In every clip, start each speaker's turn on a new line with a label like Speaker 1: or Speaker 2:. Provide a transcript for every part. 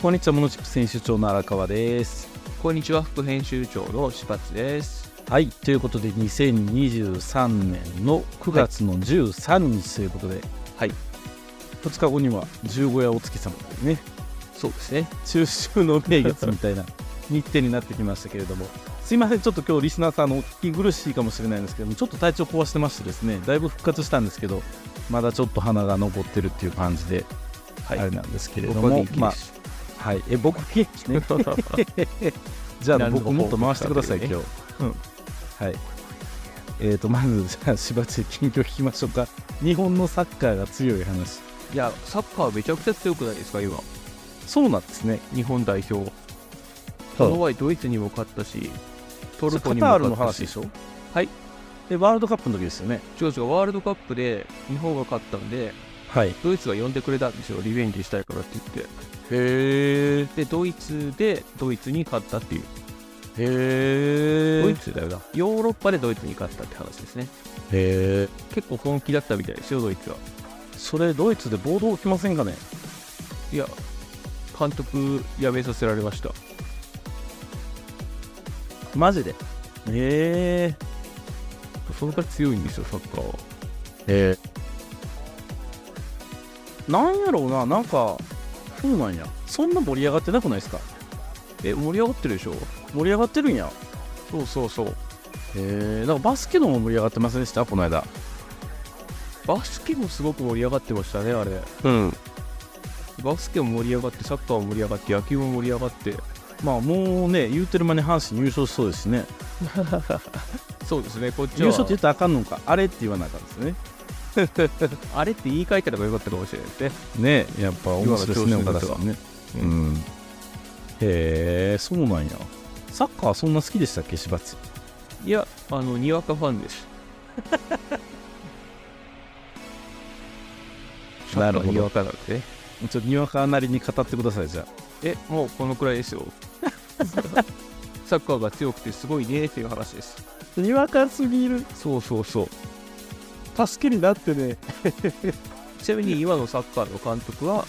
Speaker 1: こんにちはモノチップ選手長の荒川です
Speaker 2: こんにちは副編集長の柴津です
Speaker 1: はいということで2023年の9月の13日ということで、
Speaker 2: はい
Speaker 1: 2日後には十五夜お月様というね
Speaker 2: そうですね
Speaker 1: 中秋の名月みた いな日程になってきましたけれどもすいませんちょっと今日リスナーさんのお聞き苦しいかもしれないんですけどもちょっと体調壊してましてですねだいぶ復活したんですけどまだちょっと鼻が残ってるっていう感じで、
Speaker 2: はい
Speaker 1: あれなんですけれど
Speaker 2: 僕
Speaker 1: も
Speaker 2: は元気
Speaker 1: ま
Speaker 2: で
Speaker 1: あ
Speaker 2: す、
Speaker 1: はい、え僕元気ねじゃあ
Speaker 2: 何の
Speaker 1: 僕もっと回してください、
Speaker 2: 報
Speaker 1: 今
Speaker 2: 告
Speaker 1: 日、はいえー、とまずじゃあ柴地近況聞きましょう か日本のサッカーが強い話
Speaker 2: いやサッカーめちゃくちゃ強くないですか今
Speaker 1: そうなんですね
Speaker 2: 日本代
Speaker 1: そ
Speaker 2: 表こ
Speaker 1: う
Speaker 2: の前ドイツにも勝ったしトルコ
Speaker 1: カ
Speaker 2: に
Speaker 1: タ
Speaker 2: も
Speaker 1: ール
Speaker 2: 勝
Speaker 1: の
Speaker 2: った
Speaker 1: 話で
Speaker 2: し
Speaker 1: しょ
Speaker 2: はい
Speaker 1: でワールドカップの時ですよね
Speaker 2: ジョージがワールドカップで日本が勝ったんで
Speaker 1: はい
Speaker 2: ドイツが呼んでくれたんですよリベンジしたいからって言っ
Speaker 1: へえ
Speaker 2: てでドイツでドイツに勝ったっていう
Speaker 1: へ
Speaker 2: ドイツだよなヨーロッパでドイツに勝ったって話ですね
Speaker 1: へえ
Speaker 2: 結構本気だったみたいですよドイツは
Speaker 1: それドイツで暴動起きませんかね
Speaker 2: いや監督辞めさせられました
Speaker 1: マジでへえ
Speaker 2: そのくらい強いんですよサッカーは
Speaker 1: へえなんやろうななんかそうなんやそんな盛り上がってなくないですか
Speaker 2: え盛り上がってるでしょ
Speaker 1: 盛り上がってるんや
Speaker 2: そうそうそう
Speaker 1: へえなんかバスケのも盛り上がってませんでしたこの間
Speaker 2: バスケもすごく盛り上がってましたねあれ
Speaker 1: うん
Speaker 2: バスケも盛り上がってサッカーも盛り上がって野球も盛り上がって
Speaker 1: まあもうね言うてる間に阪神優勝しそうですしね
Speaker 2: そうですねこっち
Speaker 1: 優
Speaker 2: は
Speaker 1: 勝って言ったらあかんのかあれって言わなあかんですね
Speaker 2: あれって言い換えたらよかったかもしれないです
Speaker 1: ね
Speaker 2: ね
Speaker 1: やっぱ面白いですね
Speaker 2: 今
Speaker 1: 岡
Speaker 2: の
Speaker 1: 田
Speaker 2: 調子の
Speaker 1: さんね
Speaker 2: う
Speaker 1: うんへえそうなんやサッカーそんな好きでしたっけ柴地
Speaker 2: いやあのにわかファンですサ
Speaker 1: な
Speaker 2: ッ
Speaker 1: る
Speaker 2: カ
Speaker 1: ほど
Speaker 2: ーにわか なんでね
Speaker 1: ちょっとにわかなりに語ってくださいじゃ
Speaker 2: えもうこのくらいです よサッカーが強くてすごいねっていう話です
Speaker 1: あにわかすぎる
Speaker 2: そうそうそう
Speaker 1: 助けになってね
Speaker 2: ちなみに今のサッカーの監督は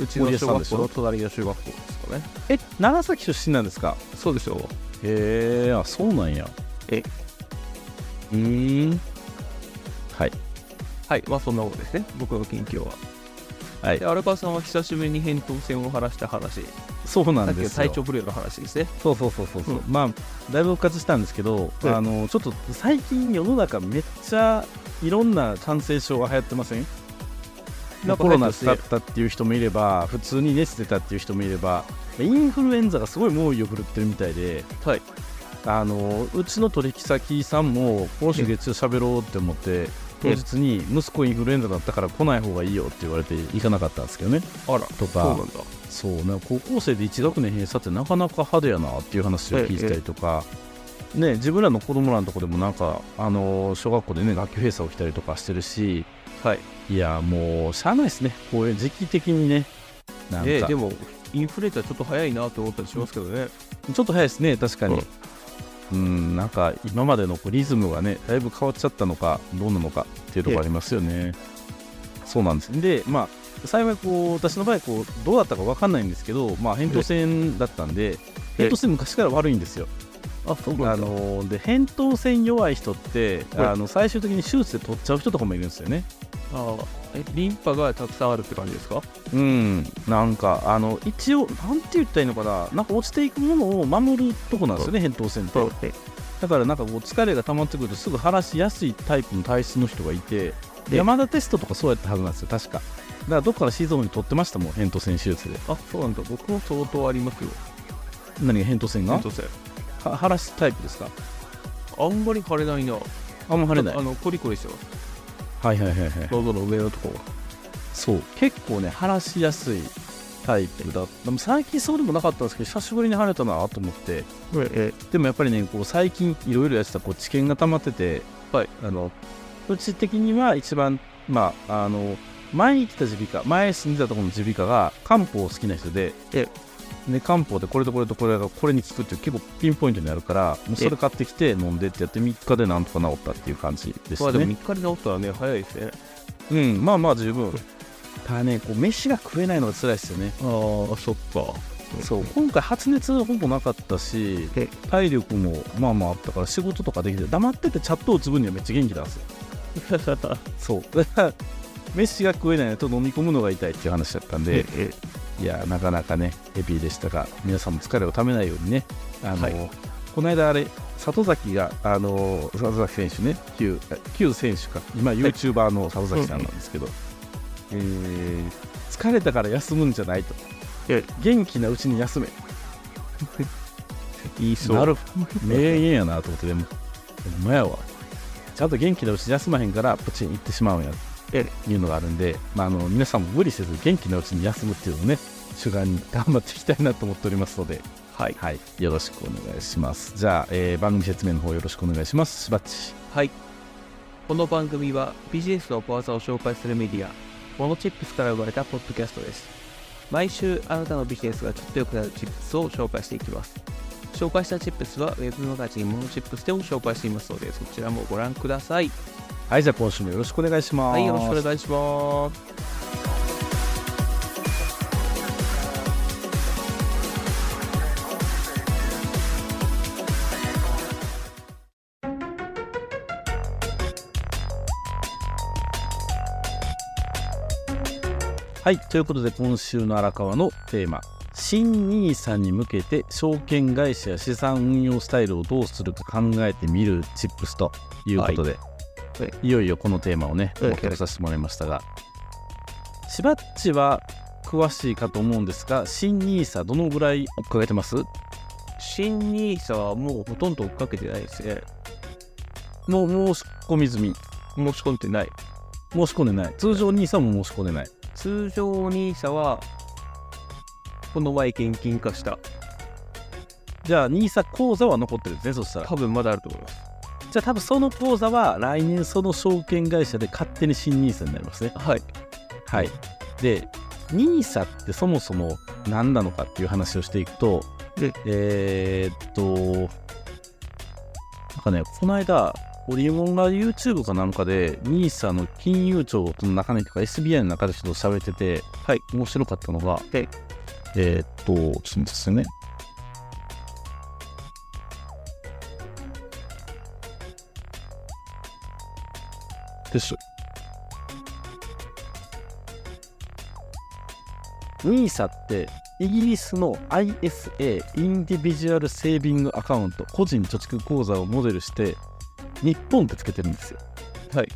Speaker 2: うちの
Speaker 1: 森保
Speaker 2: 小
Speaker 1: さんで
Speaker 2: 学
Speaker 1: しょ
Speaker 2: 校の隣の中学校ですかね
Speaker 1: え長崎出身なんですか
Speaker 2: そうでしょう
Speaker 1: へえあそうなんや
Speaker 2: え
Speaker 1: うーんはい
Speaker 2: はいまあそんなことですね僕の近況は
Speaker 1: はい
Speaker 2: で荒川さんは久しぶりに扁桃腺を晴らした話
Speaker 1: そうな
Speaker 2: さ
Speaker 1: ん
Speaker 2: っき
Speaker 1: で
Speaker 2: の
Speaker 1: すよ
Speaker 2: 体調不良の話ですね
Speaker 1: そうそうそうそうそう、
Speaker 2: うん
Speaker 1: まあだいぶ復活したんですけど、
Speaker 2: うん
Speaker 1: あのちょっと最近世の中めっちゃいろんな感染症が流行ってません
Speaker 2: なんか
Speaker 1: コ
Speaker 2: 流行
Speaker 1: ロ
Speaker 2: って
Speaker 1: ナ使
Speaker 2: ます
Speaker 1: っ
Speaker 2: ね
Speaker 1: たっていう人もいれば普通に熱出たっていう人もいればインフルエンザがすごい猛威を振るってるみたいで
Speaker 2: はい
Speaker 1: あのうちの取引先さんも今週月曜喋ろうって思って当日に息子インフルエンザだったから来ない方がいいよって言われて行かなかったんですけどね
Speaker 2: あら
Speaker 1: と
Speaker 2: そう
Speaker 1: か
Speaker 2: なんだ
Speaker 1: そうね高校生で1学年閉鎖ってなかなか派手やなっていう話を聞いてたりとか、ね、自分らの子供らのとこでもなんか、あのー小学校でね学級閉鎖起きたりとかしてるし
Speaker 2: はい
Speaker 1: いやもうしゃあないですねこういう時期的にねなんか
Speaker 2: ででもインフルエンザちょっと早いなと思ったりしますけどね、
Speaker 1: ちょっと早いですね確かに、うん、なんか今までのこうリズムがねだいぶ変わっちゃったのかどうなのかっていうところありますよね、そうなんですでまあ幸いこう私の場合こうどうだったか分かんないんですけど、まあ、扁桃腺だったんで扁
Speaker 2: え
Speaker 1: 桃腺昔から悪いんですよ
Speaker 2: あそう
Speaker 1: あので扁桃腺弱い人って
Speaker 2: はい
Speaker 1: あの最終的に手術で取っちゃう人とかもいるんですよね
Speaker 2: あえリンパがたくさんあるって感じですか
Speaker 1: うんなんかあの一応なんて言ったらいいのかななんか落ちていくものを守るとこなんですよね扁桃腺ってだからなんかこう疲れが溜まってくるとすぐ晴らしやすいタイプの体質の人がいて
Speaker 2: で
Speaker 1: 山田テストとかそうやったはずなんですよ確かだからどっから静岡に取ってましたもん扁桃腺手術で
Speaker 2: あそうなんだ僕も相当ありますよ
Speaker 1: 何が扁桃腺
Speaker 2: 扁
Speaker 1: が
Speaker 2: 桃腺
Speaker 1: は晴らすタイプですか
Speaker 2: あんまり腫れないな
Speaker 1: あんま晴れない
Speaker 2: あのコリコリしてます
Speaker 1: はいはいはいはい
Speaker 2: 喉の上のとこが
Speaker 1: そう結構ね晴らしやすいタイプだでも最近そうでもなかったんですけど久しぶりに晴れたなと思って
Speaker 2: え
Speaker 1: でもやっぱりねこう最近いろいろやってたこう知見が溜まってて、
Speaker 2: はい
Speaker 1: あのうち的には一番まああの前に来た耳鼻科前住んでたところの耳鼻科が漢方好きな人で
Speaker 2: え
Speaker 1: で漢方でこれとこれとこれがこれに効くっていう結構ピンポイントになるからもうそれ買ってきて飲んでってやって3日でなんとか治ったっていう感じですね。
Speaker 2: まあでも3日で治ったらね早いですね
Speaker 1: うん、まあまあ十分ただねこう飯が食えないのが辛いですよね
Speaker 2: ああそっか
Speaker 1: そう今回発熱ほぼなかったし
Speaker 2: え
Speaker 1: 体力もまあまああったから仕事とかできて黙っててチャットをつぶにはめっちゃ元気なんですよそうだから 飯が食えないのと飲み込むのが痛いっていう話だったんで、
Speaker 2: え
Speaker 1: いやなかなかねヘビーでしたが皆さんも疲れをためないようにねあの、
Speaker 2: はい
Speaker 1: この間あれ里崎があの里崎選手ね旧あ旧選手か今 YouTuber の里崎さんなんですけど、えー疲れたから休むんじゃないと
Speaker 2: え
Speaker 1: 元気なうちに休め
Speaker 2: 言いそう
Speaker 1: なる名言やなと思ってでもほんまやわちゃんと元気なうちに休まへんからプチン行ってしまうんや
Speaker 2: え
Speaker 1: いうのがあるんで、まあ、あの皆さんも無理せず元気なうちに休むっていうのをね主眼に頑張っていきたいなと思っておりますので、
Speaker 2: はい
Speaker 1: はい、よろしくお願いしますじゃあ、えー番組説明の方よろしくお願いしますしばっち
Speaker 2: はい。この番組はビジネスの小技を紹介するメディア、モノチップスから生まれたポッドキャストです。毎週あなたのビジネスがちょっと良くなるチップスを紹介していきます。紹介したチップスはウェブマガジンモノチップスでも紹介していますので、そちらもご覧ください。
Speaker 1: はいじゃあ今週もよろしくお願いします
Speaker 2: はい、よろしくお願いします。
Speaker 1: はいということで今週の荒川のテーマ新 NISA に向けて証券会社や資産運用スタイルをどうするか考えてみるチップスということで、
Speaker 2: はい
Speaker 1: い、よいよこのテーマをね
Speaker 2: はい
Speaker 1: お届けさせてもらいましたがしばっちは詳しいかと思うんですが新 NISA どのぐらい追っかけてます
Speaker 2: 新ニーサはもうほとんど追っかけてないですね。
Speaker 1: もう申し込み済み
Speaker 2: 申し込んでない。
Speaker 1: 申し込んでない通常 NISA も申し込んでない
Speaker 2: 通常ニーサは、この前現金化した。
Speaker 1: じゃあ NISA 口座は残ってるんですねそしたら
Speaker 2: 多分まだあると思います。
Speaker 1: じゃあ多分その口座は来年その証券会社で勝手に新 NISA になりますね
Speaker 2: はい。
Speaker 1: はい、で NISA ってそもそも何なのかっていう話をしていくと
Speaker 2: で
Speaker 1: えーっとなんかねこの間オリモンが YouTube かなんかで NISA の金融庁の中身とか SBI の中でちょっと喋ってて、
Speaker 2: はい、
Speaker 1: 面白かったのが
Speaker 2: で
Speaker 1: えーっとちょっと待ってですよねです。NISA ってイギリスの ISA インディビジュアルセービングアカウント個人貯蓄口座をモデルして日本ってつけてるんですよ
Speaker 2: はい。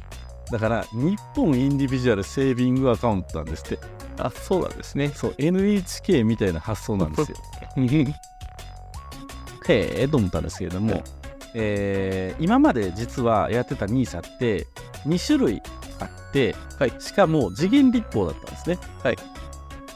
Speaker 1: だから日本インディビジュアルセービングアカウントなんですって
Speaker 2: あ、そうなんですね。
Speaker 1: そう NHK みたいな発想なんですよ へえと思ったんですけれども、えー今まで実はやってた NISA って2種類あって、
Speaker 2: はい
Speaker 1: しかも次元立法だったんですね、
Speaker 2: はい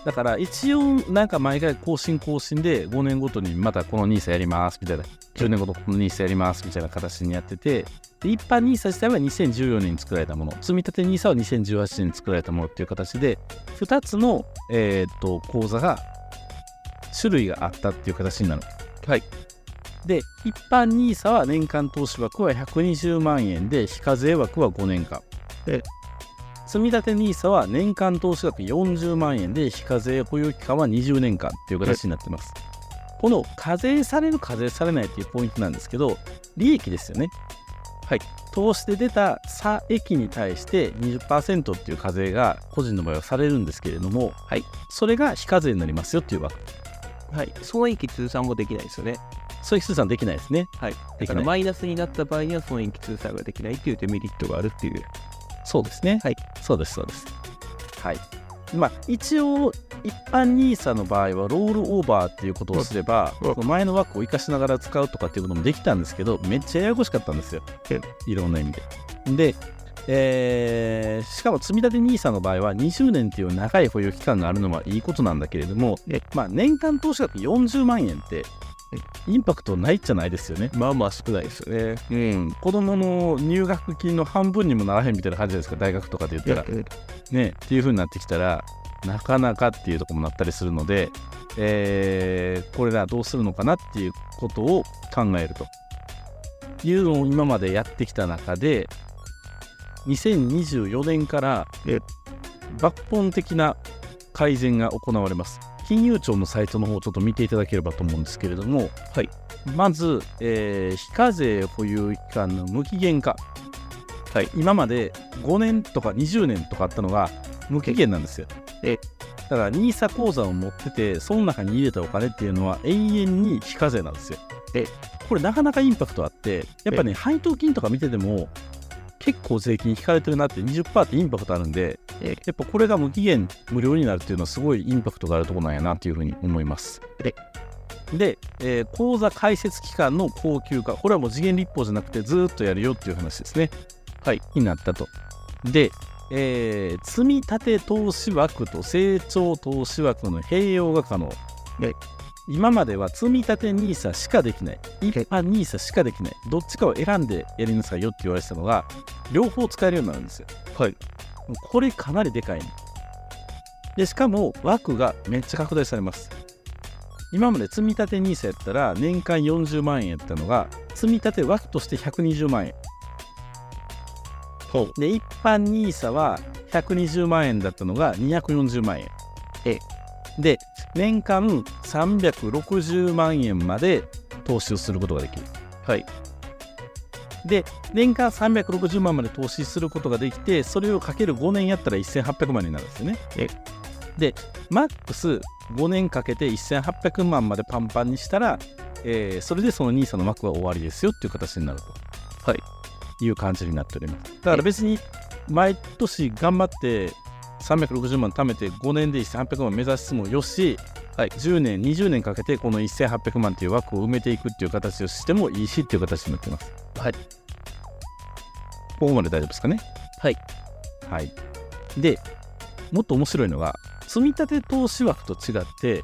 Speaker 1: だから一応なんか毎回更新更新で5年ごとにまたこの NISA やりますみたいな10年ごとこの NISA やりますみたいな形にやっててで一般 NISA 自体は2014年に作られたもの積み立て NISA は2018年に作られたものっていう形で2つの、えーっと口座が種類があったっていう形になる
Speaker 2: はい。
Speaker 1: で一般 NISA は年間投資枠は120万円で非課税枠は5年間
Speaker 2: え
Speaker 1: 積み立て NISA は年間投資額40万円で非課税保有期間は20年間っていう形になってますこの課税される課税されないっていうポイントなんですけど利益ですよねはい投資で出た差益に対して20%っていう課税が個人の場合はされるんですけれども、はい、それが非課税になりますよっていう枠
Speaker 2: はい。損益通算もできないですよね。
Speaker 1: そういう通算できないですね
Speaker 2: はい。
Speaker 1: で
Speaker 2: だ
Speaker 1: き
Speaker 2: か
Speaker 1: な
Speaker 2: ら
Speaker 1: い
Speaker 2: マイナスになった場合には損益通算ができないっていうデメリットがあるっていう。
Speaker 1: そうですね。
Speaker 2: はい。
Speaker 1: そうです、そうです。はい。まあ、一応、一般 NISA の場合は、ロールオーバーっていうことをすれば、
Speaker 2: うんうん
Speaker 1: その前の枠を生かしながら使うとかっていうこともできたんですけど、めっちゃややこしかったんですよ
Speaker 2: え。
Speaker 1: いろんな意味で。で、えーしかも積み立て NISA の場合は20年っていう長い保有期間があるのはいいことなんだけれども
Speaker 2: え、
Speaker 1: まあ、年間投資額40万円ってインパクトないじゃないですよね。
Speaker 2: まあまあ少ないですよね。
Speaker 1: うん、子供の入学金の半分にもならへんみたいな感じじゃないですか大学とかで言ったら。ね、っていう風になってきたらなかなかっていうところもなったりするので、えーこれらどうするのかなっていうことを考えるというのを今までやってきた中で2024年から
Speaker 2: え
Speaker 1: 抜本的な改善が行われます。金融庁のサイトの方をちょっと見ていただければと思うんですけれども、
Speaker 2: はい、
Speaker 1: まず、えー非課税保有期間の無期限化、
Speaker 2: はい、
Speaker 1: 今まで5年とか20年とかあったのが無期限なんですよ。
Speaker 2: え
Speaker 1: だから NISA 口座を持ってて、その中に入れたお金っていうのは永遠に非課税なんですよ。
Speaker 2: え
Speaker 1: これ、なかなかインパクトあって、やっぱね、配当金とか見てても、結構税金引かれてるなって20%ってインパクトあるんで、
Speaker 2: え
Speaker 1: やっぱこれが無期限無料になるっていうのはすごいインパクトがあるところなんやなっていうふうに思います。
Speaker 2: で
Speaker 1: で、えー口座開設期間の恒久化これはもう次元立法じゃなくてずーっとやるよっていう話ですね。はい、になったと。で、えー積み立て投資枠と成長投資枠の併用が可能。
Speaker 2: で
Speaker 1: 今までは積み立て NISA しかできない一般 NISA しかできないどっちかを選んでやりなさいよって言われてたのが両方使えるようになるんですよ。
Speaker 2: はい。
Speaker 1: もうこれかなりでかいねでしかも枠がめっちゃ拡大されます今まで積み立て NISA やったら年間40万円やったのが積み立て枠として120万円
Speaker 2: ほう。
Speaker 1: で一般 NISA は120万円だったのが240万円
Speaker 2: え
Speaker 1: で年間360万円まで投資をすることができる
Speaker 2: はい。
Speaker 1: で年間360万まで投資することができてそれをかける5年やったら1800万になるんですよね
Speaker 2: え
Speaker 1: でマックス5年かけて1800万までパンパンにしたら、えーそれでその NISA の枠は終わりですよっていう形になると、、
Speaker 2: はい
Speaker 1: いう感じになっておりますだから別に毎年頑張って360万貯めて5年で1800万目指すもよし、
Speaker 2: はい
Speaker 1: 10年20年かけてこの1800万っていう枠を埋めていくっていう形をしてもいいしっていう形になってます
Speaker 2: はい。
Speaker 1: ここまで大丈夫ですかね
Speaker 2: はい。
Speaker 1: はい。で、もっと面白いのが、積み立て投資枠と違って、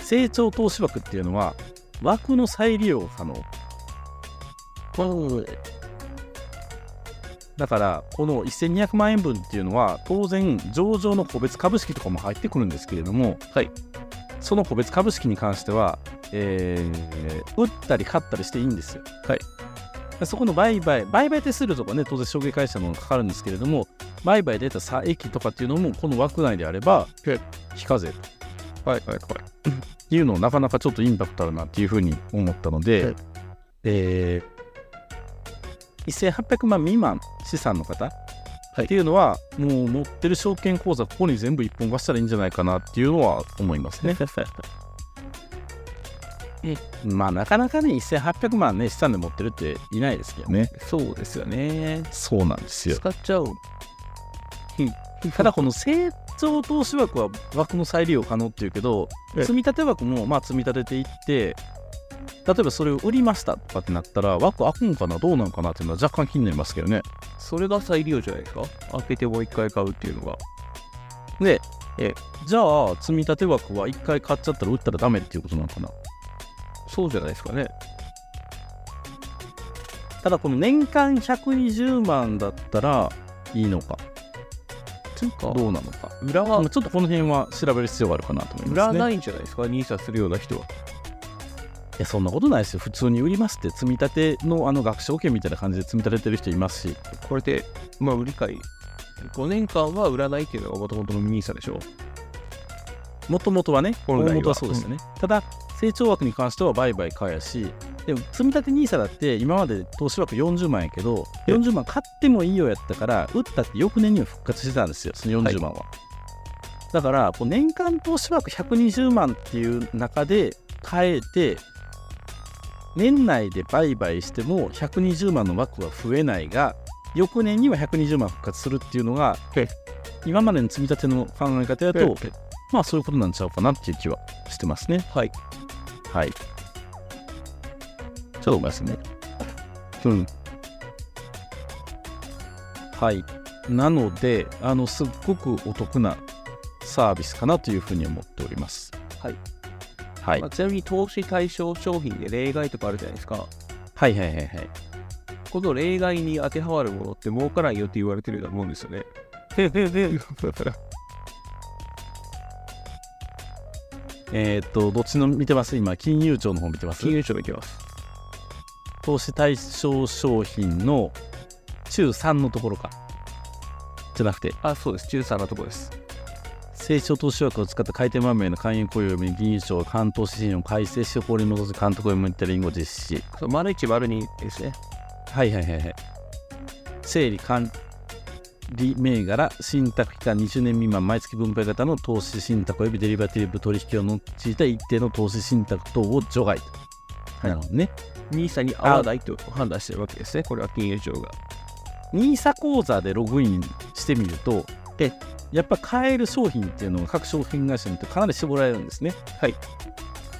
Speaker 1: 成長投資枠っていうのは、枠の再利用が可能。
Speaker 2: この、
Speaker 1: だから、この1200万円分っていうのは、当然、上場の個別株式とかも入ってくるんですけれども、
Speaker 2: はい
Speaker 1: その個別株式に関しては、えー売ったり買ったりしていいんですよ。
Speaker 2: はい
Speaker 1: そこの売買、売買手数料とかね、当然、証券会社のものがかかるんですけれども、売買で得た差益とかっていうのも、この枠内であれば
Speaker 2: はい、
Speaker 1: 非課税と
Speaker 2: はいはいは い。
Speaker 1: いうのを、なかなかちょっとインパクトあるなっていうふうに思ったので、
Speaker 2: はい
Speaker 1: えー1800万未満資産の方、
Speaker 2: はい
Speaker 1: っていうのは、もう持ってる証券口座、ここに全部一本化したらいいんじゃないかなっていうのは思います ね。まあなかなかね1800万ね資産で持ってるっていないですけどね
Speaker 2: そうですよね。
Speaker 1: そうなんです
Speaker 2: 使っちゃう。
Speaker 1: ただこの成長投資枠は枠の再利用可能っていうけど
Speaker 2: ええ
Speaker 1: 積み立て枠もまあ積み立てていって例えばそれを売りましたとかってなったら枠開くんかなどうなんかなっていうのは若干気になりますけどね
Speaker 2: それが再利用じゃないですか開けてもう一回買うっていうのが。
Speaker 1: で
Speaker 2: え
Speaker 1: じゃあ積み立て枠は1回買っちゃったら売ったらダメっていうことなのかな
Speaker 2: そうじゃないですかね。
Speaker 1: ただこの年間120万だったらいいのか
Speaker 2: つうか、
Speaker 1: どうなのか
Speaker 2: 裏
Speaker 1: ま
Speaker 2: は
Speaker 1: あ、ちょっとこの辺は調べる必要があるかなと思いますね
Speaker 2: 売らないんじゃないですか ?NISA するような人
Speaker 1: い
Speaker 2: は。
Speaker 1: やそんなことないですよ普通に売りますって積み立てのあの学証券みたいな感じで積み立ててる人いますし
Speaker 2: これで、まあ、売り買い。5年間は売らないっていうのがもともとの NISA でしょ
Speaker 1: もともとはね
Speaker 2: 本来は
Speaker 1: 大元はそうですよね、ただ成長枠に関しては売買買やしでも積み立て NISA だって今まで投資枠40万やけど
Speaker 2: え
Speaker 1: 40万買ってもいいよやったから売ったって翌年には復活してたんですよその40万は、だからこう年間投資枠120万っていう中で変えて年内で売買しても120万の枠は増えないが翌年には120万復活するっていうのが
Speaker 2: え
Speaker 1: 今までの積み立ての考え方だとまあそういうことなんちゃうかなっていう気はしてますね。
Speaker 2: はい。
Speaker 1: はい。ちょっとごめんなさいね。うん。はい。なので、あの、すっごくお得なサービスかなというふうに思っております。
Speaker 2: はい。
Speaker 1: はい。
Speaker 2: まあ、ちなみに投資対象商品で例外とかあるじゃないですか。
Speaker 1: はいはいはいはい。
Speaker 2: この例外に当てはまるものって儲からないよって言われてるようなもんですよ ね。
Speaker 1: えーっと、どっちの見てます今、金融庁の方見てます
Speaker 2: 金融庁でいきます。
Speaker 1: 投資対象商品の中3のところか。ちょっじゃなくて
Speaker 2: あ、そうです。13のとこです。
Speaker 1: 成長投資枠を使った回転満面の勧誘雇用及び金融庁関東指針を改正し法令に基づく監督を向いたリンゴを実施
Speaker 2: そう丸1、丸2ですね。
Speaker 1: はいはいはいはい整理管理銘柄信託期間20年未満毎月分配型の投資信託及びデリバティブ取引を用いた一定の投資信託等を除外と、なるほどね
Speaker 2: NISA に合わないと判断してるわけですね。これは金融庁が。
Speaker 1: NISA 口座でログインしてみると
Speaker 2: え
Speaker 1: やっぱ買える商品っていうのが各商品会社によってかなり絞られるんですね
Speaker 2: はい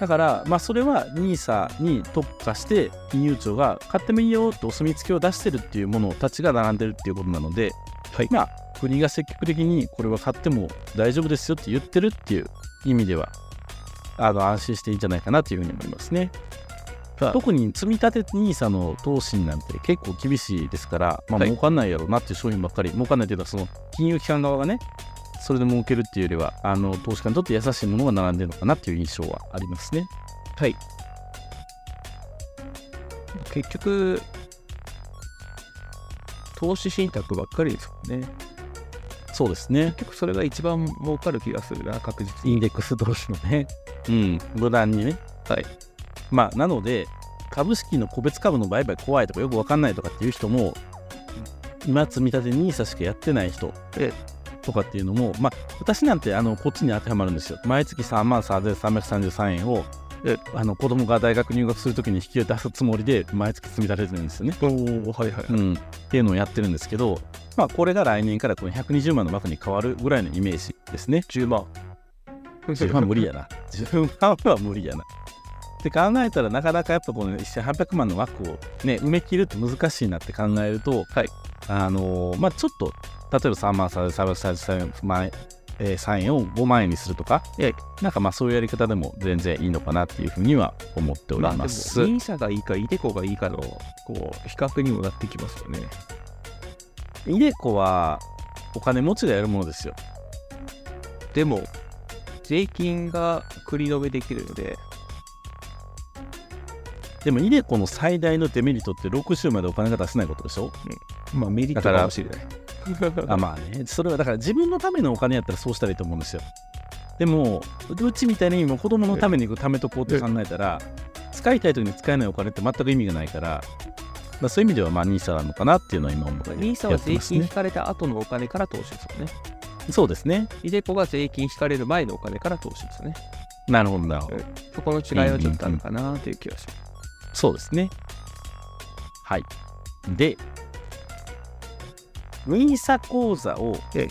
Speaker 1: だから、まあ、それは NISA に特化して金融庁が買ってもいいよってお墨付きを出してるっていうものたちが並んでるっていうことなので、
Speaker 2: はい
Speaker 1: まあ、国が積極的にこれは買っても大丈夫ですよって言ってるっていう意味ではあの安心していいんじゃないかなというふうに思いますね。
Speaker 2: はい
Speaker 1: 特に積み立て NISA の投資なんて結構厳しいですから、まあ、
Speaker 2: はい
Speaker 1: 儲かんないやろうなっていう商品ばっかり、儲かんないというのはその金融機関側がねそれで儲けるっていうよりはあの投資家にとって優しいものが並んでるのかなっていう印象はありますね。
Speaker 2: はい。結局、投資信託ばっかりですもんね。
Speaker 1: そうですね。
Speaker 2: 結局それが一番儲かる気がするな、確実
Speaker 1: イ
Speaker 2: に。
Speaker 1: ンデックス同士のね。うん、無難にね。
Speaker 2: はい。
Speaker 1: まあ、なので、株式の個別株の売買怖いとかよくわかんないとかっていう人も、今、積み立て NISA しかやってない人
Speaker 2: え
Speaker 1: とかっていうのも、まあ、私なんてあのこっちに当てはまるんですよ。毎月3万3333円を
Speaker 2: え
Speaker 1: あの子供が大学入学するときに引きを出すつもりで、毎月積み立ててるんですよね。
Speaker 2: おおはいはい。
Speaker 1: うん、っていうのをやってるんですけど、まあ、これが来年からこの120万の枠に変わるぐらいのイメージですね。
Speaker 2: 10万。
Speaker 1: 10万無理やな。10万は無理やな。って考えたら、なかなかやっぱこの1800万の枠をね、埋め切るって難しいなって考えると、
Speaker 2: はい
Speaker 1: あのーまあちょっと、例えば3万、3万、えー3円を5万円にするとか、
Speaker 2: え
Speaker 1: なんかまあそういうやり方でも全然いいのかなっていうふうには思っており
Speaker 2: まあ、でも、
Speaker 1: ます。
Speaker 2: NISA がいいか、イデコがいいかの、こう、比較にもなってきますよね。
Speaker 1: イデコはお金持ちがやるものですよ。
Speaker 2: でも、税金が繰り延べできるので、
Speaker 1: でもイデコの最大のデメリットって60までお金が出せないことでしょ
Speaker 2: まあ、メリットかもしれない。
Speaker 1: あまあね、それはだから自分のためのお金やったらそうしたらいいと思うんですよ。でも、うちみたいに今子供のために貯めとこうって考えたら、使いたい時に使えないお金って全く意味がないから、まあ、そういう意味ではまあ NISA なのかなっていうのは今思って
Speaker 2: ニーサは
Speaker 1: やって
Speaker 2: 税
Speaker 1: ます
Speaker 2: 金引
Speaker 1: ね。
Speaker 2: かれた後のお金から投資ですよね。
Speaker 1: そうですね。
Speaker 2: イデコが税金引かれる前のお金から投資ですよね。
Speaker 1: なるほどなるほど。
Speaker 2: そこの違いはちょっとあるかなという気がします。
Speaker 1: そうですね。はい。で、NISA 口座を
Speaker 2: え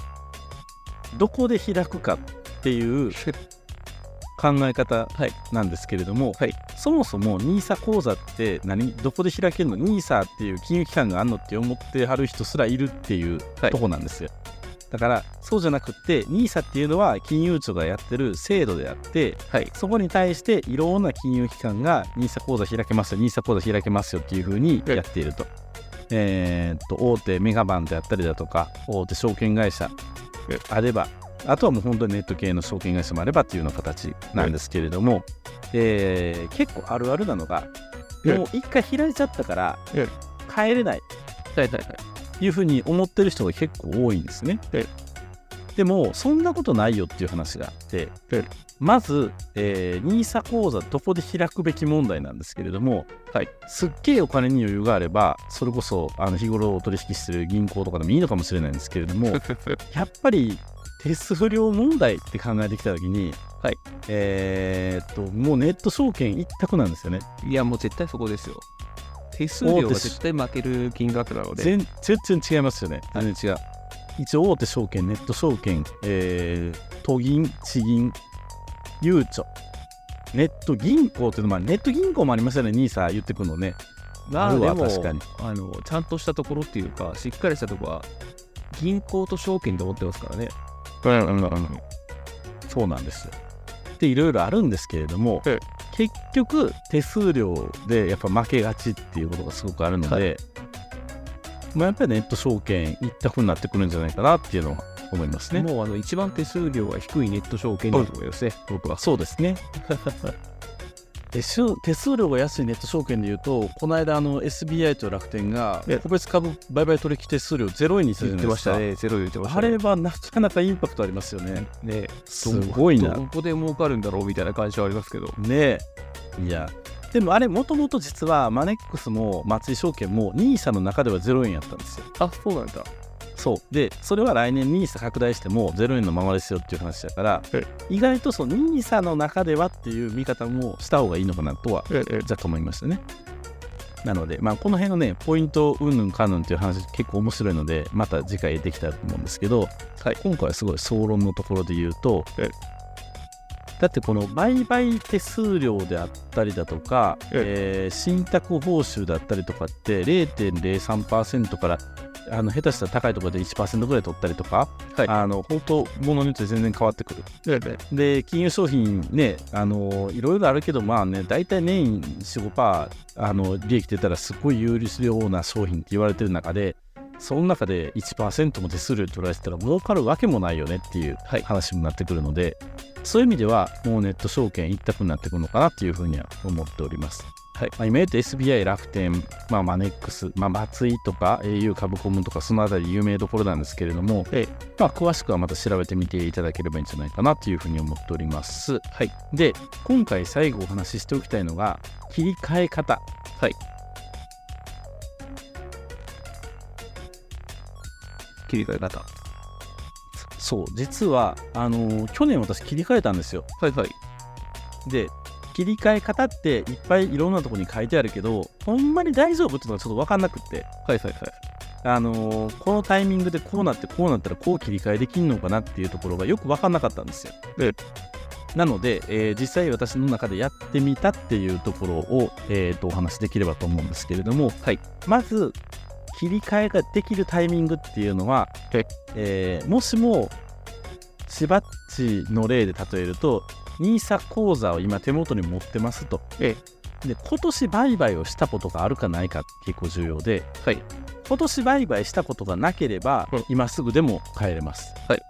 Speaker 1: どこで開くかっていう考え方なんですけれども、
Speaker 2: はい
Speaker 1: そもそも NISA 口座って何どこで開けるの ?NISA っていう金融機関があるのって思ってはる人すらいるっていう
Speaker 2: はい
Speaker 1: とこなんですよ。だからそうじゃなくって NISA っていうのは金融庁がやってる制度であって、
Speaker 2: はい
Speaker 1: そこに対していろんな金融機関が NISA 口座開けますよ NISA 口座開けますよっていうふうにやっていると。えーっと大手メガバンであったりだとか大手証券会社
Speaker 2: え
Speaker 1: あればあとはもう本当にネット系の証券会社もあればっていうような形なんですけれども、えー結構あるあるなのが
Speaker 2: え
Speaker 1: もう一回開いちゃったから
Speaker 2: え
Speaker 1: 帰れない
Speaker 2: はいはいはい。
Speaker 1: いうふうに思ってる人が結構多いんですね
Speaker 2: え。
Speaker 1: でもそんなことないよっていう話があって
Speaker 2: え
Speaker 1: まず、えー、NISA 口座どこで開くべき問題なんですけれども、
Speaker 2: はい
Speaker 1: すっげえお金に余裕があればそれこそあの日頃お取引してる銀行とかでもいいのかもしれないんですけれど もやっぱり手数料問題って考えてきた時に、
Speaker 2: はい
Speaker 1: えーっともうネット証券一択なんですよね。
Speaker 2: いやもう絶対そこですよ。手数料が絶対負ける金額なので。
Speaker 1: 全全然違いますよね。全然違う。一応大手証券、ネット証券、えー都銀、地銀、ゆうちょ、ネット銀行っていうのもあるネット銀行もありますよね、ニーサ言ってくるのね。
Speaker 2: ま
Speaker 1: あ
Speaker 2: あ
Speaker 1: る
Speaker 2: で
Speaker 1: わ
Speaker 2: も
Speaker 1: 確かに
Speaker 2: あのちゃんとしたところっていうかしっかりしたところは銀行と証券で持ってますからね。
Speaker 1: そうなんですよ。で、いろいろあるんですけれども
Speaker 2: ええ、
Speaker 1: 結局、手数料でやっぱ負けがちっていうことがすごくあるので、
Speaker 2: は
Speaker 1: まあ、やっぱりネット証券一択になってくるんじゃないかなっていうのは思いますね。
Speaker 2: もうあの一番手数料が低いネット証券だと思いますね。僕は。
Speaker 1: そうですね。 手数手数料が安いネット証券でいうと、この間あの SBI と楽天が
Speaker 2: え
Speaker 1: 個別株売買取引手数料0円にする
Speaker 2: 言
Speaker 1: じゃないで
Speaker 2: ってますした
Speaker 1: か。
Speaker 2: ね、ゼロ言ってました
Speaker 1: あ
Speaker 2: ね。
Speaker 1: れはなかなかインパクトありますよね。
Speaker 2: ね、
Speaker 1: すごいな
Speaker 2: どこで儲かるんだろうみたいな感じはありますけど。
Speaker 1: ねえ。いや、でもあれ、もともと実はマネックスも松井証券も NISA の中では0円やったんですよ。
Speaker 2: あ、そうなんだ。
Speaker 1: そう。で、それは来年 NISA 拡大しても0円のままですよっていう話だから
Speaker 2: え、
Speaker 1: 意外とその NISA の中ではっていう見方もした方がいいのかなとは
Speaker 2: ええ
Speaker 1: だと思いましたね。なので、まあ、この辺のね、ポイントうんぬんかんぬんっていう話、結構面白いので、また次回できたらと思うんですけど、今回はすごい総論のところで言うと
Speaker 2: ええ、
Speaker 1: だってこの売買手数料であったりだとか、えー信託報酬だったりとかって、0.03%からあの下手したら高いところで1%ぐらい取ったりとか、
Speaker 2: はい
Speaker 1: あの本当、ものによって全然変わってくる。
Speaker 2: ええ
Speaker 1: で金融商品ねあのいろいろあるけどまあね大体年45%あの利益出たらすごい有利するような商品って言われてる中でその中で1%も手数料取られてたら儲かるわけもないよねっていう
Speaker 2: はい
Speaker 1: 話になってくるので、そういう意味ではもうネット証券一択になってくるのかなっていうふうには思っております。
Speaker 2: はい
Speaker 1: まあ、今言った SBI、楽天、まあ、マネックス、まあ、松井とか au 株コムとかそのあたり有名どころなんですけれども、
Speaker 2: ええ
Speaker 1: まあ、詳しくはまた調べてみていただければいいんじゃないかなというふうに思っております。はい、で今回最後お話ししておきたいのが切り替え方。はい、
Speaker 2: 切り替え方。
Speaker 1: そう実はあのー去年私切り替えたんですよ。
Speaker 2: はいはい。
Speaker 1: で切り替え方っていっぱいいろんなところに書いてあるけどほんまに大丈夫っていうのがちょっと分かんなくって。
Speaker 2: はいはいはい。
Speaker 1: あのーこのタイミングでこうなってこうなったらこう切り替えできるのかなっていうところがよく分かんなかったんですよ。
Speaker 2: え
Speaker 1: なので、えー実際私の中でやってみたっていうところを、えーとお話しできればと思うんですけれども、まず切り替えができるタイミングっていうのは
Speaker 2: え、
Speaker 1: えーもしもしばっちの例で例えると NISA 口座を今手元に持ってますと。
Speaker 2: え
Speaker 1: で今年売買をしたことがあるかないかって結構重要で、
Speaker 2: はい
Speaker 1: 今年売買したことがなければ、
Speaker 2: うん
Speaker 1: 今すぐでも帰れます、
Speaker 2: はい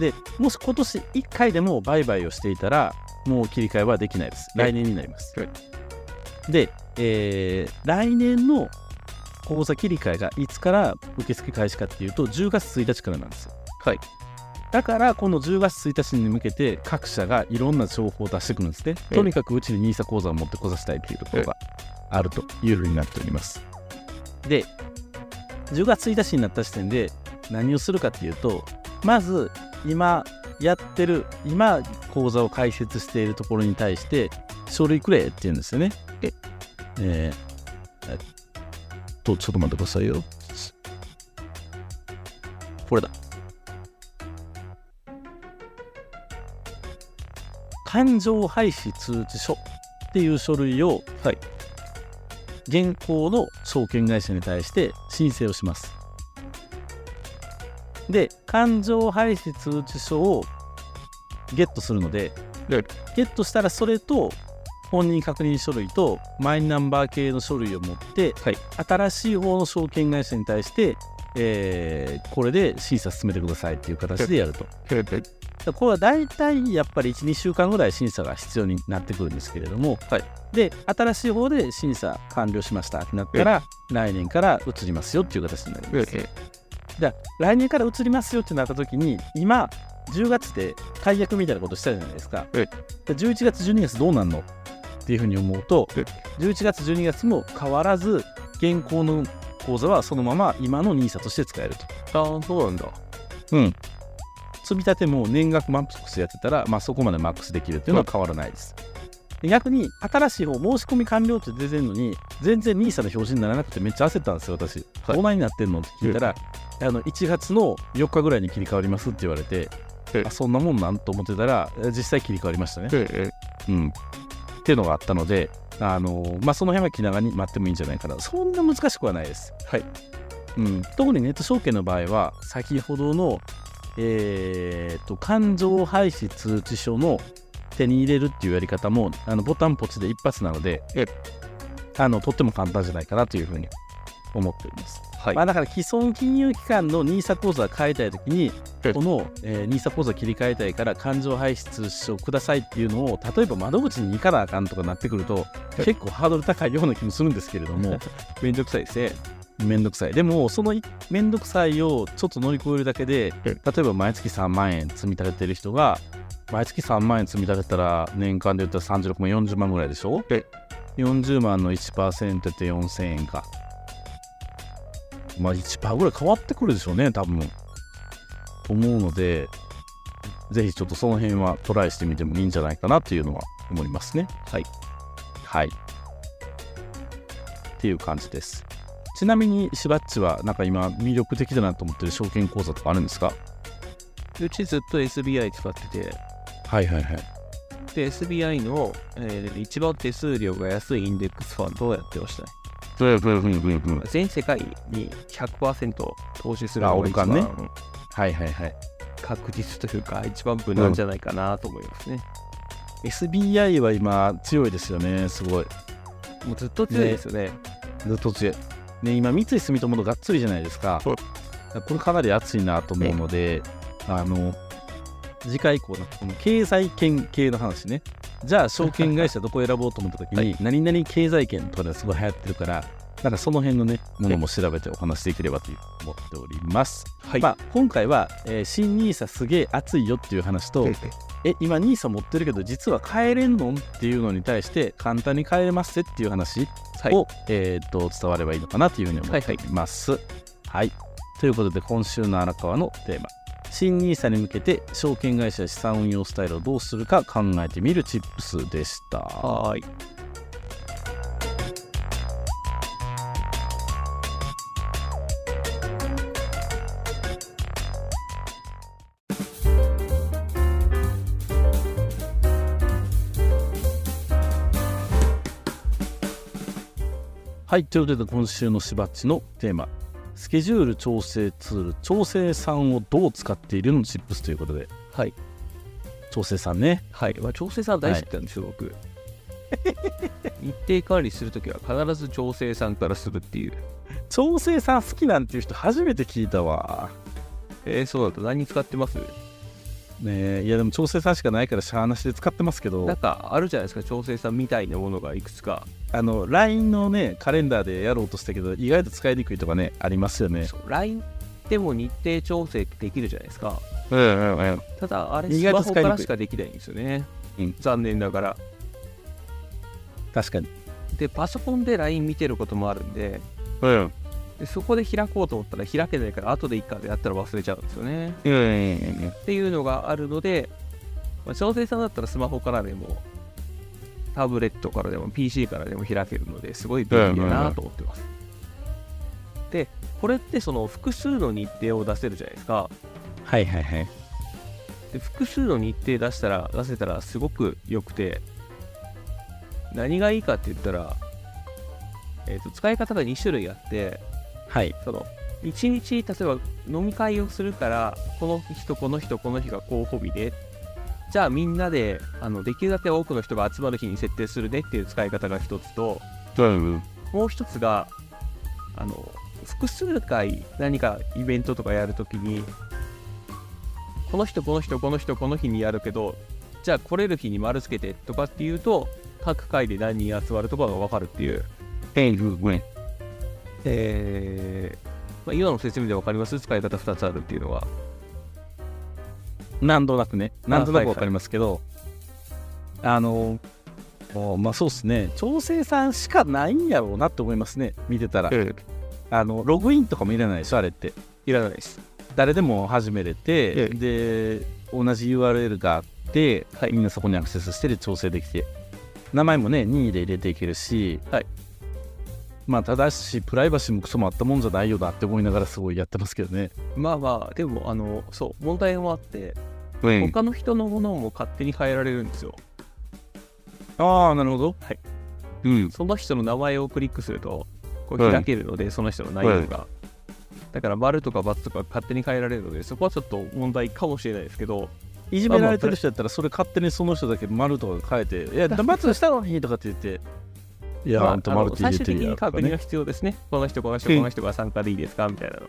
Speaker 1: でもし今年1回でも売買をしていたらもう切り替えはできないです
Speaker 2: は
Speaker 1: 来
Speaker 2: い
Speaker 1: 年になります、
Speaker 2: はい
Speaker 1: で、えー来年の口座切り替えがいつから受付開始かっていうと10月1日からなんですよ
Speaker 2: はい
Speaker 1: だからこの10月1日に向けて各社がいろんな情報を出してくるんですね
Speaker 2: ええ
Speaker 1: とにかくうちに NISA 口座を持ってこさせたいというところがあるというふうになっておりますで10月1日になった時点で何をするかっていうとまず今やってる今口座を開設しているところに対して書類くれって言うんですよね
Speaker 2: え
Speaker 1: えーえっとちょっと待ってくださいよこれだ感情廃止通知書っていう書類を、はい、現行の証券会社に対して申請をします。で、感情廃止通知書をゲットするので、
Speaker 2: はい
Speaker 1: ゲットしたらそれと本人確認書類とマイナンバー系の書類を持って、
Speaker 2: はい
Speaker 1: 新しい方の証券会社に対して、えーこれで審査進めてくださいっていう形でやると。
Speaker 2: はいはい。
Speaker 1: だからこれは大体やっぱり12週間ぐらい審査が必要になってくるんですけれども、
Speaker 2: はい
Speaker 1: で新しい方で審査完了しましたってなったら来年から移りますよっていう形になります、だから来年から移りますよってなった時に今10月で解約みたいなことしたじゃないですか、
Speaker 2: え
Speaker 1: で11月12月どうなんのっていうふうに思うと
Speaker 2: え
Speaker 1: 11月12月も変わらず現行の口座はそのまま今の NISA として使えると。
Speaker 2: ああ、そうなんだ。
Speaker 1: うん、積み立ても年額マックスやってたら、まあ、そこまでマックスできるっていうのは変わらないです。で逆に新しい方申し込み完了って出てるのに全然 NISA の表示にならなくてめっちゃ焦ったんですよ私、
Speaker 2: はい
Speaker 1: どうないになってんのって聞いたら、あの1月の4日ぐらいに切り替わりますって言われて、
Speaker 2: え
Speaker 1: あそんなもんなんと思ってたらえ実際切り替わりましたね、
Speaker 2: え
Speaker 1: う
Speaker 2: え
Speaker 1: ん、っていうのがあったので、あのまあ、その辺は気長に待ってもいいんじゃないかなそんな難しくはないです、
Speaker 2: はい
Speaker 1: うん、特にネット証券の場合は先ほどの、えー、と感情廃止通知書の手に入れるっていうやり方もあのボタンポチで一発なので
Speaker 2: ええ
Speaker 1: あのとっても簡単じゃないかなというふうに思っております。
Speaker 2: はい
Speaker 1: まあ、だから既存金融機関の NISA 口座変えたいときに
Speaker 2: うん、
Speaker 1: この、えー、NISA 口座切り替えたいから勘定排出書くださいっていうのを、例えば窓口に行かなあかんとかなってくると、
Speaker 2: うん
Speaker 1: 結構ハードル高いような気もするんですけれども、めんどくさいですね。めんどくさい。でも、そのいめんどくさいをちょっと乗り越えるだけで、
Speaker 2: うん
Speaker 1: 例えば毎月3万円積み立ててる人が、毎月3万円積み立てたら、年間で言ったら36万、40万ぐらいでしょ、
Speaker 2: うん
Speaker 1: 40万の1%って4000円か。まあ1%ぐらい変わってくるでしょうね、多分。と思うので、ぜひちょっとその辺はトライしてみてもいいんじゃないかなっていうのは思いますね。はい。はい。っていう感じです。ちなみに、しばっちは、なんか今、魅力的だなと思ってる証券口座とかあるんですか
Speaker 2: うちずっと SBI 使ってて、
Speaker 1: はいはいはい。
Speaker 2: で、SBI の、えー一番手数料が安いインデックスファンドをやってましたね。
Speaker 1: そういうふうに、ふうふう
Speaker 2: 全世界に100%投資する
Speaker 1: あ
Speaker 2: の
Speaker 1: オ
Speaker 2: が
Speaker 1: ル
Speaker 2: 一
Speaker 1: カ
Speaker 2: 番
Speaker 1: ンねはいはいはい。
Speaker 2: 確実というか、一番無難じゃないかなと思いますね。
Speaker 1: SBI は今、強いですよね、すごい。
Speaker 2: もうずっと強いですよね。
Speaker 1: ずっと強い。ね、今、三井住友とがっつりじゃないですか。
Speaker 2: そう
Speaker 1: これかなり熱いなと思うので、あの、次回以降のこの経済圏系の話ね。じゃあ、証券会社どこ選ぼうと思った時に、
Speaker 2: はい
Speaker 1: 何々経済圏とかですごい流行ってるから、なんかその辺のね、ものも調べてお話しできればという思っております。
Speaker 2: はい。
Speaker 1: まあ、今回は、えー新ニーサすげえ熱いよっていう話と、え今 NISA 持ってるけど実は変えれんのっていうのに対して簡単に変えれますってっていう話
Speaker 2: はい
Speaker 1: を、えーっと伝わればいいのかなというふうに思っております。はい、ということで今週の荒川のテーマ新 NISA に向けて証券会社資産運用スタイルをどうするか考えてみるチップスでした。
Speaker 2: はーい。
Speaker 1: はい、ということで今週のしばっちのテーマスケジュール調整ツール調整さんをどう使っているのチップスということで
Speaker 2: はい。
Speaker 1: 調整さんね
Speaker 2: はい。まあ、調整さん大好きなんですよ、僕。日程管理するときは必ず調整さんからするっていう。
Speaker 1: 調整さん好きなんていう人初めて聞いたわ。
Speaker 2: えー、そうだと何使ってます
Speaker 1: ねえいやでも調整さんしかないからしゃあなしで使ってますけ
Speaker 2: な
Speaker 1: ど
Speaker 2: んかあるじゃないですか、調整さんみたいなものがいくつか。
Speaker 1: あの LINE のねカレンダーでやろうとしたけど意外と使いにくいとかねありますよね
Speaker 2: そう LINE でも日程調整できるじゃないですか。
Speaker 1: うんうん
Speaker 2: ただ、あれ、
Speaker 1: 意
Speaker 2: ス
Speaker 1: 外
Speaker 2: マ
Speaker 1: と
Speaker 2: ホ
Speaker 1: 使いにくい
Speaker 2: からしかできないんですよね。
Speaker 1: うん
Speaker 2: 残念ながら。
Speaker 1: 確かに
Speaker 2: で、パソコンで LINE 見てることもあるんで、
Speaker 1: うん
Speaker 2: でそこで開こうと思ったら開けないから、後でいっかでやったら忘れちゃうんですよね。
Speaker 1: うんうん
Speaker 2: っていうのがあるので、まあ、調整さんだったらスマホからでも、タブレットからでも PC からでも開けるのですごい便利だなと思ってます。で、これってその複数の日程を出せるじゃないですか。
Speaker 1: はいはいはい
Speaker 2: で複数の日程出したら出せたらすごく良くて何がいいかって言ったら、えー、と使い方が2種類あって
Speaker 1: はい
Speaker 2: その1日例えば飲み会をするからこの日とこの日とこの日が候補日でじゃあみんなであのできるだけ多くの人が集まる日に設定するねっていう使い方が一つと
Speaker 1: うん
Speaker 2: もう一つがあの複数回何かイベントとかやるときにこの人この人この人この日にやるけどじゃあ来れる日に丸つけてとかっていうと各回で何人集まるとかが分かるっていう、
Speaker 1: うん
Speaker 2: えーまあ、今の説明で分かります使い方2つあるっていうのは
Speaker 1: なんとなくねなんとな
Speaker 2: あはい
Speaker 1: く
Speaker 2: は
Speaker 1: わ
Speaker 2: い
Speaker 1: かりますけどあ,、のおまあそうっすね調整さんしかないんやろうなって思いますね見てたらあのログインとかもいらないでしょあれって
Speaker 2: いらないです
Speaker 1: 誰でも始めれて、で同じ URL があって、
Speaker 2: はい
Speaker 1: みんなそこにアクセスしてで調整できて名前もね任意で入れていけるし、
Speaker 2: はい
Speaker 1: まあただしプライバシーもクソもあったもんじゃないよなって思いながらすごいやってますけどね、
Speaker 2: まあまあでもあのそう問題もあって他の人のものも勝手に変えられるんですよ
Speaker 1: ああなるほど
Speaker 2: はい、
Speaker 1: うん、
Speaker 2: その人の名前をクリックすると、こう開けるので、その人の内容が。だから、丸とか×とか勝手に変えられるので、そこはちょっと問題かもしれないですけど、
Speaker 1: いじめられてる人やったらそれ勝手にその人だけ丸とか変えて「いや黙ってしたのに」とかって言っていや、
Speaker 2: まあ
Speaker 1: ほんと
Speaker 2: あの
Speaker 1: マルチ
Speaker 2: 最
Speaker 1: 入れ
Speaker 2: 終
Speaker 1: て
Speaker 2: 的
Speaker 1: るや
Speaker 2: に
Speaker 1: んと
Speaker 2: 確
Speaker 1: か
Speaker 2: 認が
Speaker 1: ね。
Speaker 2: 必要ですね。この人、この人、
Speaker 1: うん
Speaker 2: この人が参加でいいですかみたいなのは。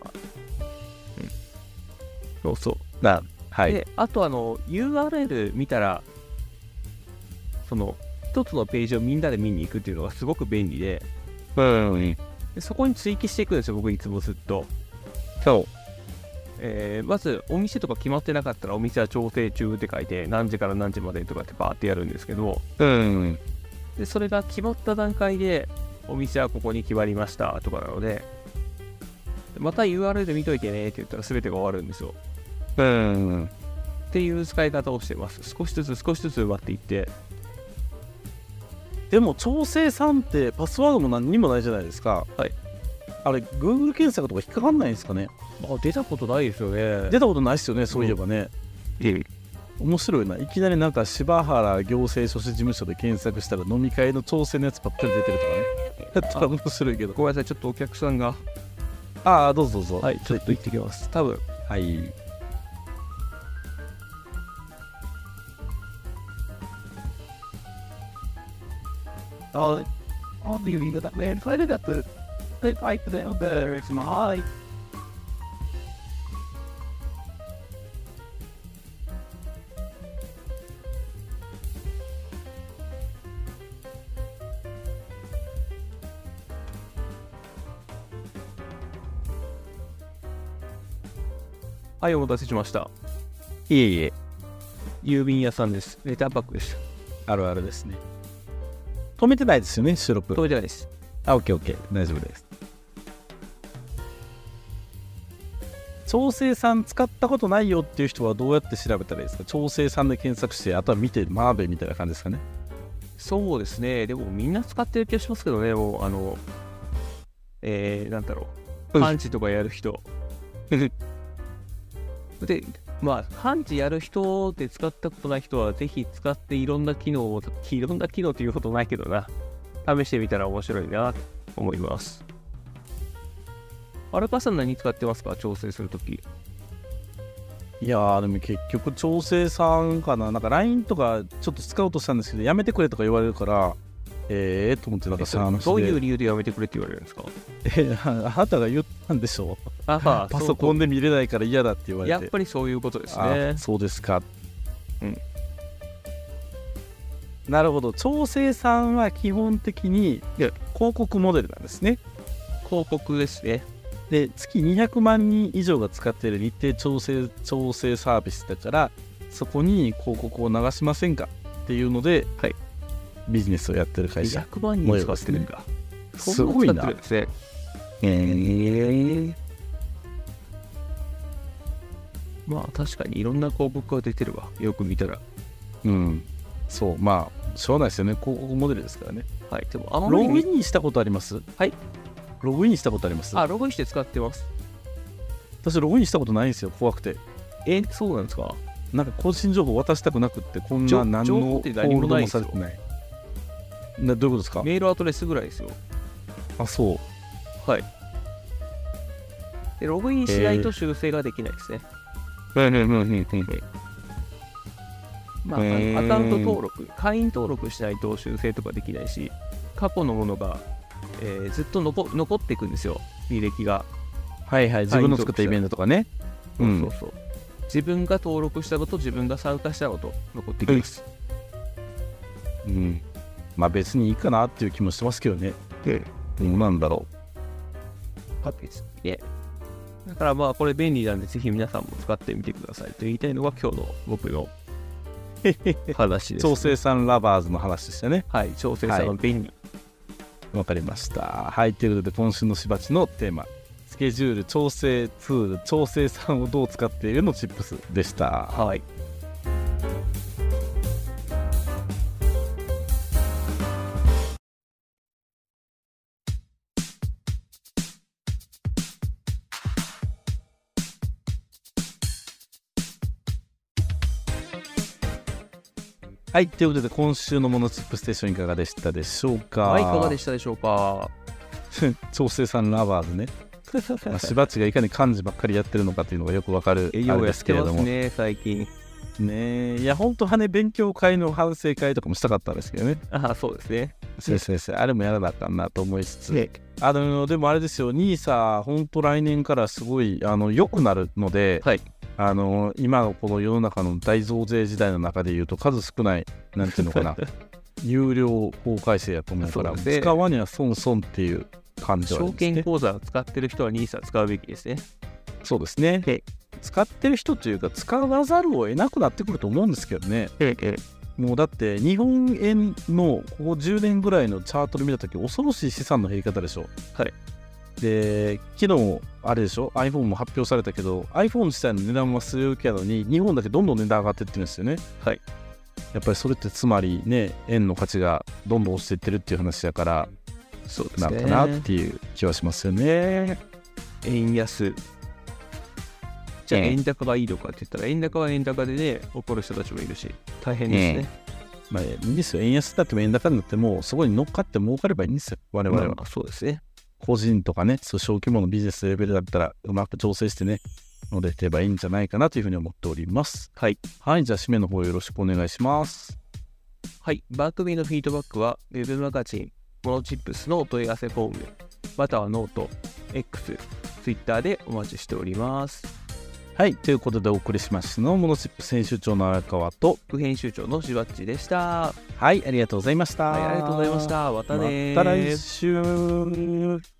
Speaker 1: そうそう。だはい。
Speaker 2: で、あとあの、URL 見たら、その、一つのページをみんなで見に行くっていうのがすごく便利で、
Speaker 1: うん。
Speaker 2: でそこに追記していくんですよ、僕いつもずっと。
Speaker 1: そう。
Speaker 2: えーまず、お店とか決まってなかったら、お店は調整中って書いて、何時から何時までとかってバーってやるんですけど、
Speaker 1: うん。
Speaker 2: でそれが決まった段階でお店はここに決まりましたとかなのでまた URL 見といてねって言ったら全てが終わるんですよ
Speaker 1: うん。
Speaker 2: っていう使い方をしてます少しずつ少しずつ奪っていって
Speaker 1: でも、調整3ってパスワードも何にもないじゃないですか。
Speaker 2: はい。
Speaker 1: あれ、Google 検索とか引っかかんないんですかね。
Speaker 2: あ出たことないですよね
Speaker 1: 出たことないっすよね、そういえばね。
Speaker 2: で
Speaker 1: 面白いな。いきなりなんか柴原行政書士事務所で検索したら飲み会の調整のやつばっかり出てるとかね。 やったら面白いけど。
Speaker 2: ごめんなさいちょっとお客さんが
Speaker 1: ああ、どうぞどうぞ。
Speaker 2: はいちょっと行ってきます多分
Speaker 1: はい。
Speaker 2: ああビビだねそれだとはいではいはいお待たせしました
Speaker 1: いえいえ、
Speaker 2: 郵便屋さんですレターパックです
Speaker 1: あるあるですね。止めてないですよね、収録
Speaker 2: 止。めてないです
Speaker 1: あ、オッケーオッケー、大丈夫です。調整さん使ったことないよっていう人はどうやって調べたらいいですか調整さんで検索して、あとは見て、マーベみたいな感じですかね。
Speaker 2: そうですね、でもみんな使ってる気がしますけどね、もう、あの、えー、なんだろ
Speaker 1: う
Speaker 2: う、
Speaker 1: ん
Speaker 2: パンチとかやる人。で、まあ、パンチやる人で使ったことない人は、ぜひ使っていろんな機能を、いろんな機能ということないけどな、試してみたら面白いなと思います。アルカさん何使ってますか調整するとき。
Speaker 1: いやー、でも結局、調整さんかな。なんか LINE とかちょっと使おうとしたんですけど、やめてくれとか言われるから、ええー、と思って、なんかさ、話で
Speaker 2: どういう理由でやめてくれって言われるんですか
Speaker 1: えあなたが言ったんでしょう。
Speaker 2: ああ
Speaker 1: パソコン
Speaker 2: で。
Speaker 1: で見れないから嫌だって言われて。
Speaker 2: やっぱりそういうことです
Speaker 1: あ
Speaker 2: ね。
Speaker 1: そうですか。
Speaker 2: うん
Speaker 1: なるほど。調整さんは基本的に
Speaker 2: や
Speaker 1: 広告モデルなんですね。
Speaker 2: 広告ですね。
Speaker 1: で、月200万人以上が使っている日程調整調整サービスだから、そこに広告を流しませんかっていうので、
Speaker 2: はい
Speaker 1: ビジネスをやってる会社。
Speaker 2: 200万人使ってるんか。
Speaker 1: すごいな。
Speaker 2: ですね。まあ確かにいろんな広告が出てるわ。よく見たら。
Speaker 1: うん。そう、まあ、しょうがないですよね。広告モデルですからね。
Speaker 2: はい。でもあんま
Speaker 1: ロ
Speaker 2: り
Speaker 1: グイ
Speaker 2: 見
Speaker 1: ンしたことあります
Speaker 2: はい。
Speaker 1: ログインしたことあります
Speaker 2: あ、ログインして使ってます。
Speaker 1: 私ログインしたことないんですよ怖くて
Speaker 2: え、そうなんですか
Speaker 1: なんか個人情報渡したくなくってこん
Speaker 2: 情
Speaker 1: な何
Speaker 2: 情報
Speaker 1: の
Speaker 2: って何もないんですよ
Speaker 1: ホールドもされてないなどういうことですか
Speaker 2: メールアドレスぐらいですよ。
Speaker 1: あそう
Speaker 2: はい。で、ログインしないと修正ができないですね。まあ、あ
Speaker 1: へー
Speaker 2: のアカウント登録、会員登録しないと修正とかできないし、過去のものが、えーずっと残残っていくんですよ、履歴が。
Speaker 1: はいはい自分の作ったイベントとかねう
Speaker 2: そうそ
Speaker 1: ん
Speaker 2: うそう。自分が登録したこと、自分が参加したこと、残ってきます。
Speaker 1: うんまあ別にいいかなっていう気もしてますけどねどうなんだろ
Speaker 2: パッケージで。だからまあ、これ便利なんで、ぜひ皆さんも使ってみてくださいと言いたいのが今日の僕の話
Speaker 1: う
Speaker 2: です、
Speaker 1: 調整さんラバーズの話でしたね
Speaker 2: はい、調整さんの便利。
Speaker 1: わかりましたはいということで今週のしばちのテーマスケジュール調整ツール調整さんをどう使っているのチップスでした
Speaker 2: はい。
Speaker 1: はい、ということで今週のモノチップステーションいかがでしたでしょうか。
Speaker 2: はい、いかがでしたでしょうか。
Speaker 1: 調整さんラバーズね。まあしばちがいかに漢字ばっかりやってるのかというのがよくわかるあ
Speaker 2: 栄
Speaker 1: れ
Speaker 2: 養や
Speaker 1: で
Speaker 2: っ
Speaker 1: すけ
Speaker 2: て
Speaker 1: れ
Speaker 2: ま
Speaker 1: ど
Speaker 2: す
Speaker 1: も、
Speaker 2: ね、最近。
Speaker 1: ねえいや本当はね勉強会の反省会とかもしたかったんですけどね
Speaker 2: ああ、そうですね。
Speaker 1: 先生先生あれもやらなあかんなと思いつつ、
Speaker 2: ね。
Speaker 1: あのでもあれですよ NISA 本当来年からすごいあの良くなるので、
Speaker 2: はい
Speaker 1: あの今のこの世の中の大増税時代の中でいうと数少ないなんていうのか な有料法改正やと思うから
Speaker 2: そうですね
Speaker 1: 使わには損損っていう感じはありま
Speaker 2: 証
Speaker 1: すね
Speaker 2: 券口座を使ってる人は NISA 使うべきですね。
Speaker 1: そうですね
Speaker 2: ええ
Speaker 1: 使ってる人というか使わざるを得なくなってくると思うんですけどね
Speaker 2: ええ、
Speaker 1: もうだって日本円のここ10年ぐらいのチャートで見た時恐ろしい資産の減り方でしょ
Speaker 2: はい
Speaker 1: で昨日あれでしょ iPhone も発表されたけど iPhone 自体の値段は据え置きやのに日本だけどんどん値段上がってってるんですよね
Speaker 2: はい
Speaker 1: やっぱりそれってつまりね円の価値がどんどん落ちていってるっていう話だから
Speaker 2: そうで
Speaker 1: な
Speaker 2: す
Speaker 1: ん
Speaker 2: ね。
Speaker 1: かなっていう気はしますよね
Speaker 2: 円安。じゃあ
Speaker 1: ええ
Speaker 2: 円高がいいのかって言ったら、円高は円高でね、怒る人たちもいるし、大変ですね。
Speaker 1: まあいいんですよ円安だっても円高になってもそこに乗っかって儲かればいいんですよ我々
Speaker 2: まあ
Speaker 1: は
Speaker 2: まあそうですね。
Speaker 1: 個人とかね、そう小規模のビジネスレベルだったら、うまく調整してね、乗れてればいいんじゃないかなというふうに思っております。
Speaker 2: はい。
Speaker 1: はい、じゃあ、締めの方よろしくお願いします。
Speaker 2: はい、番組のフィードバックは Web マガジン、モノチップスのお問い合わせフォーム、またはノート、X、Twitter でお待ちしております。
Speaker 1: はい、ということでお送りしましたの、モノチップ編集長の荒川と、
Speaker 2: 副編集長のしばっちでした。はい、
Speaker 1: はい、ありがとうございました。
Speaker 2: ありがとうございまし。た。また
Speaker 1: ま
Speaker 2: ねー。
Speaker 1: た来週。